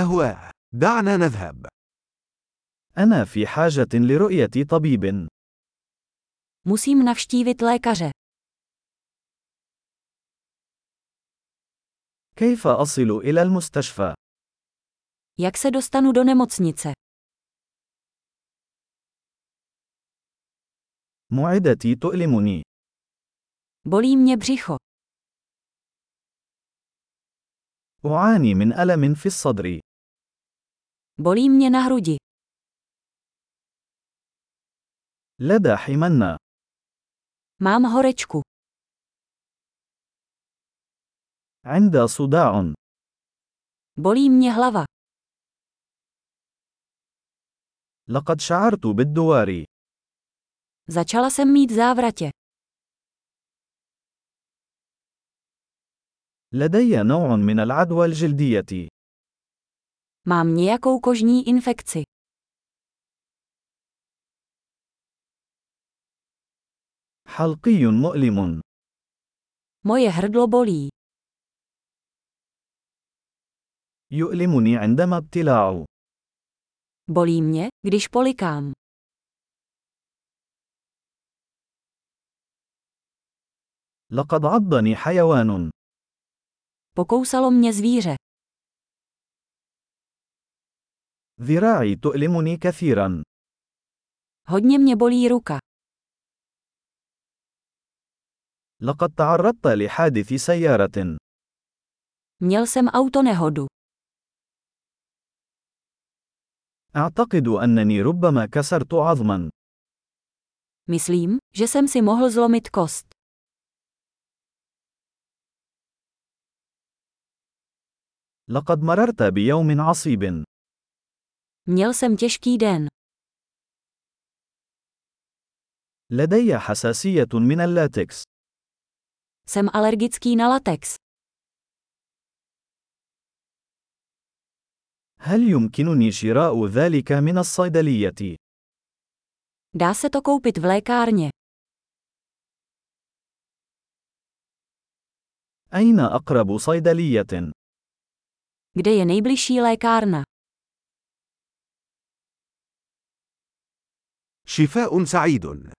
أهواه. دعنا نذهب. أنا في حاجة لرؤية طبيب. Musím navštívit lékaře. كيف أصل إلى المستشفى؟ Jak se dostanu do nemocnice? معدتي تؤلمني. Bolí mě břicho. أعاني من ألم في الصدر. Bolí mě na hrudi. لدى حمنة. Mám horečku. عند صداع. Bolí mě hlava. لقد شعرت بالدوار. Začala jsem mít závratě. لدي نوع من العدوى الجلدية. Mám nějakou kožní infekci. حلقي مؤلم. Moje hrdlo bolí. يؤلمني عندما ابتلاع. Bolí mě, když polikám. لقد عضني حيوان. Pokousalo mě zvíře. ذراعي تؤلمني كثيرا. Hodně mě bolí ruka. لقد تعرضت لحادث سيارة. Měl jsem autonehodu. أعتقد أنني ربما كسرت عظما. Myslím, že jsem si mohl zlomit kost. لقد مررت بيوم عصيب. Měl jsem těžký den. لدي حساسية من اللاتكس. Jsem alergický na latex. هل يمكنني شراء ذلك من الصيدلية؟ Dá se to koupit v lékárně. أين أقرب صيدلية؟ Kde je nejbližší lékárna? شفاء سعيد.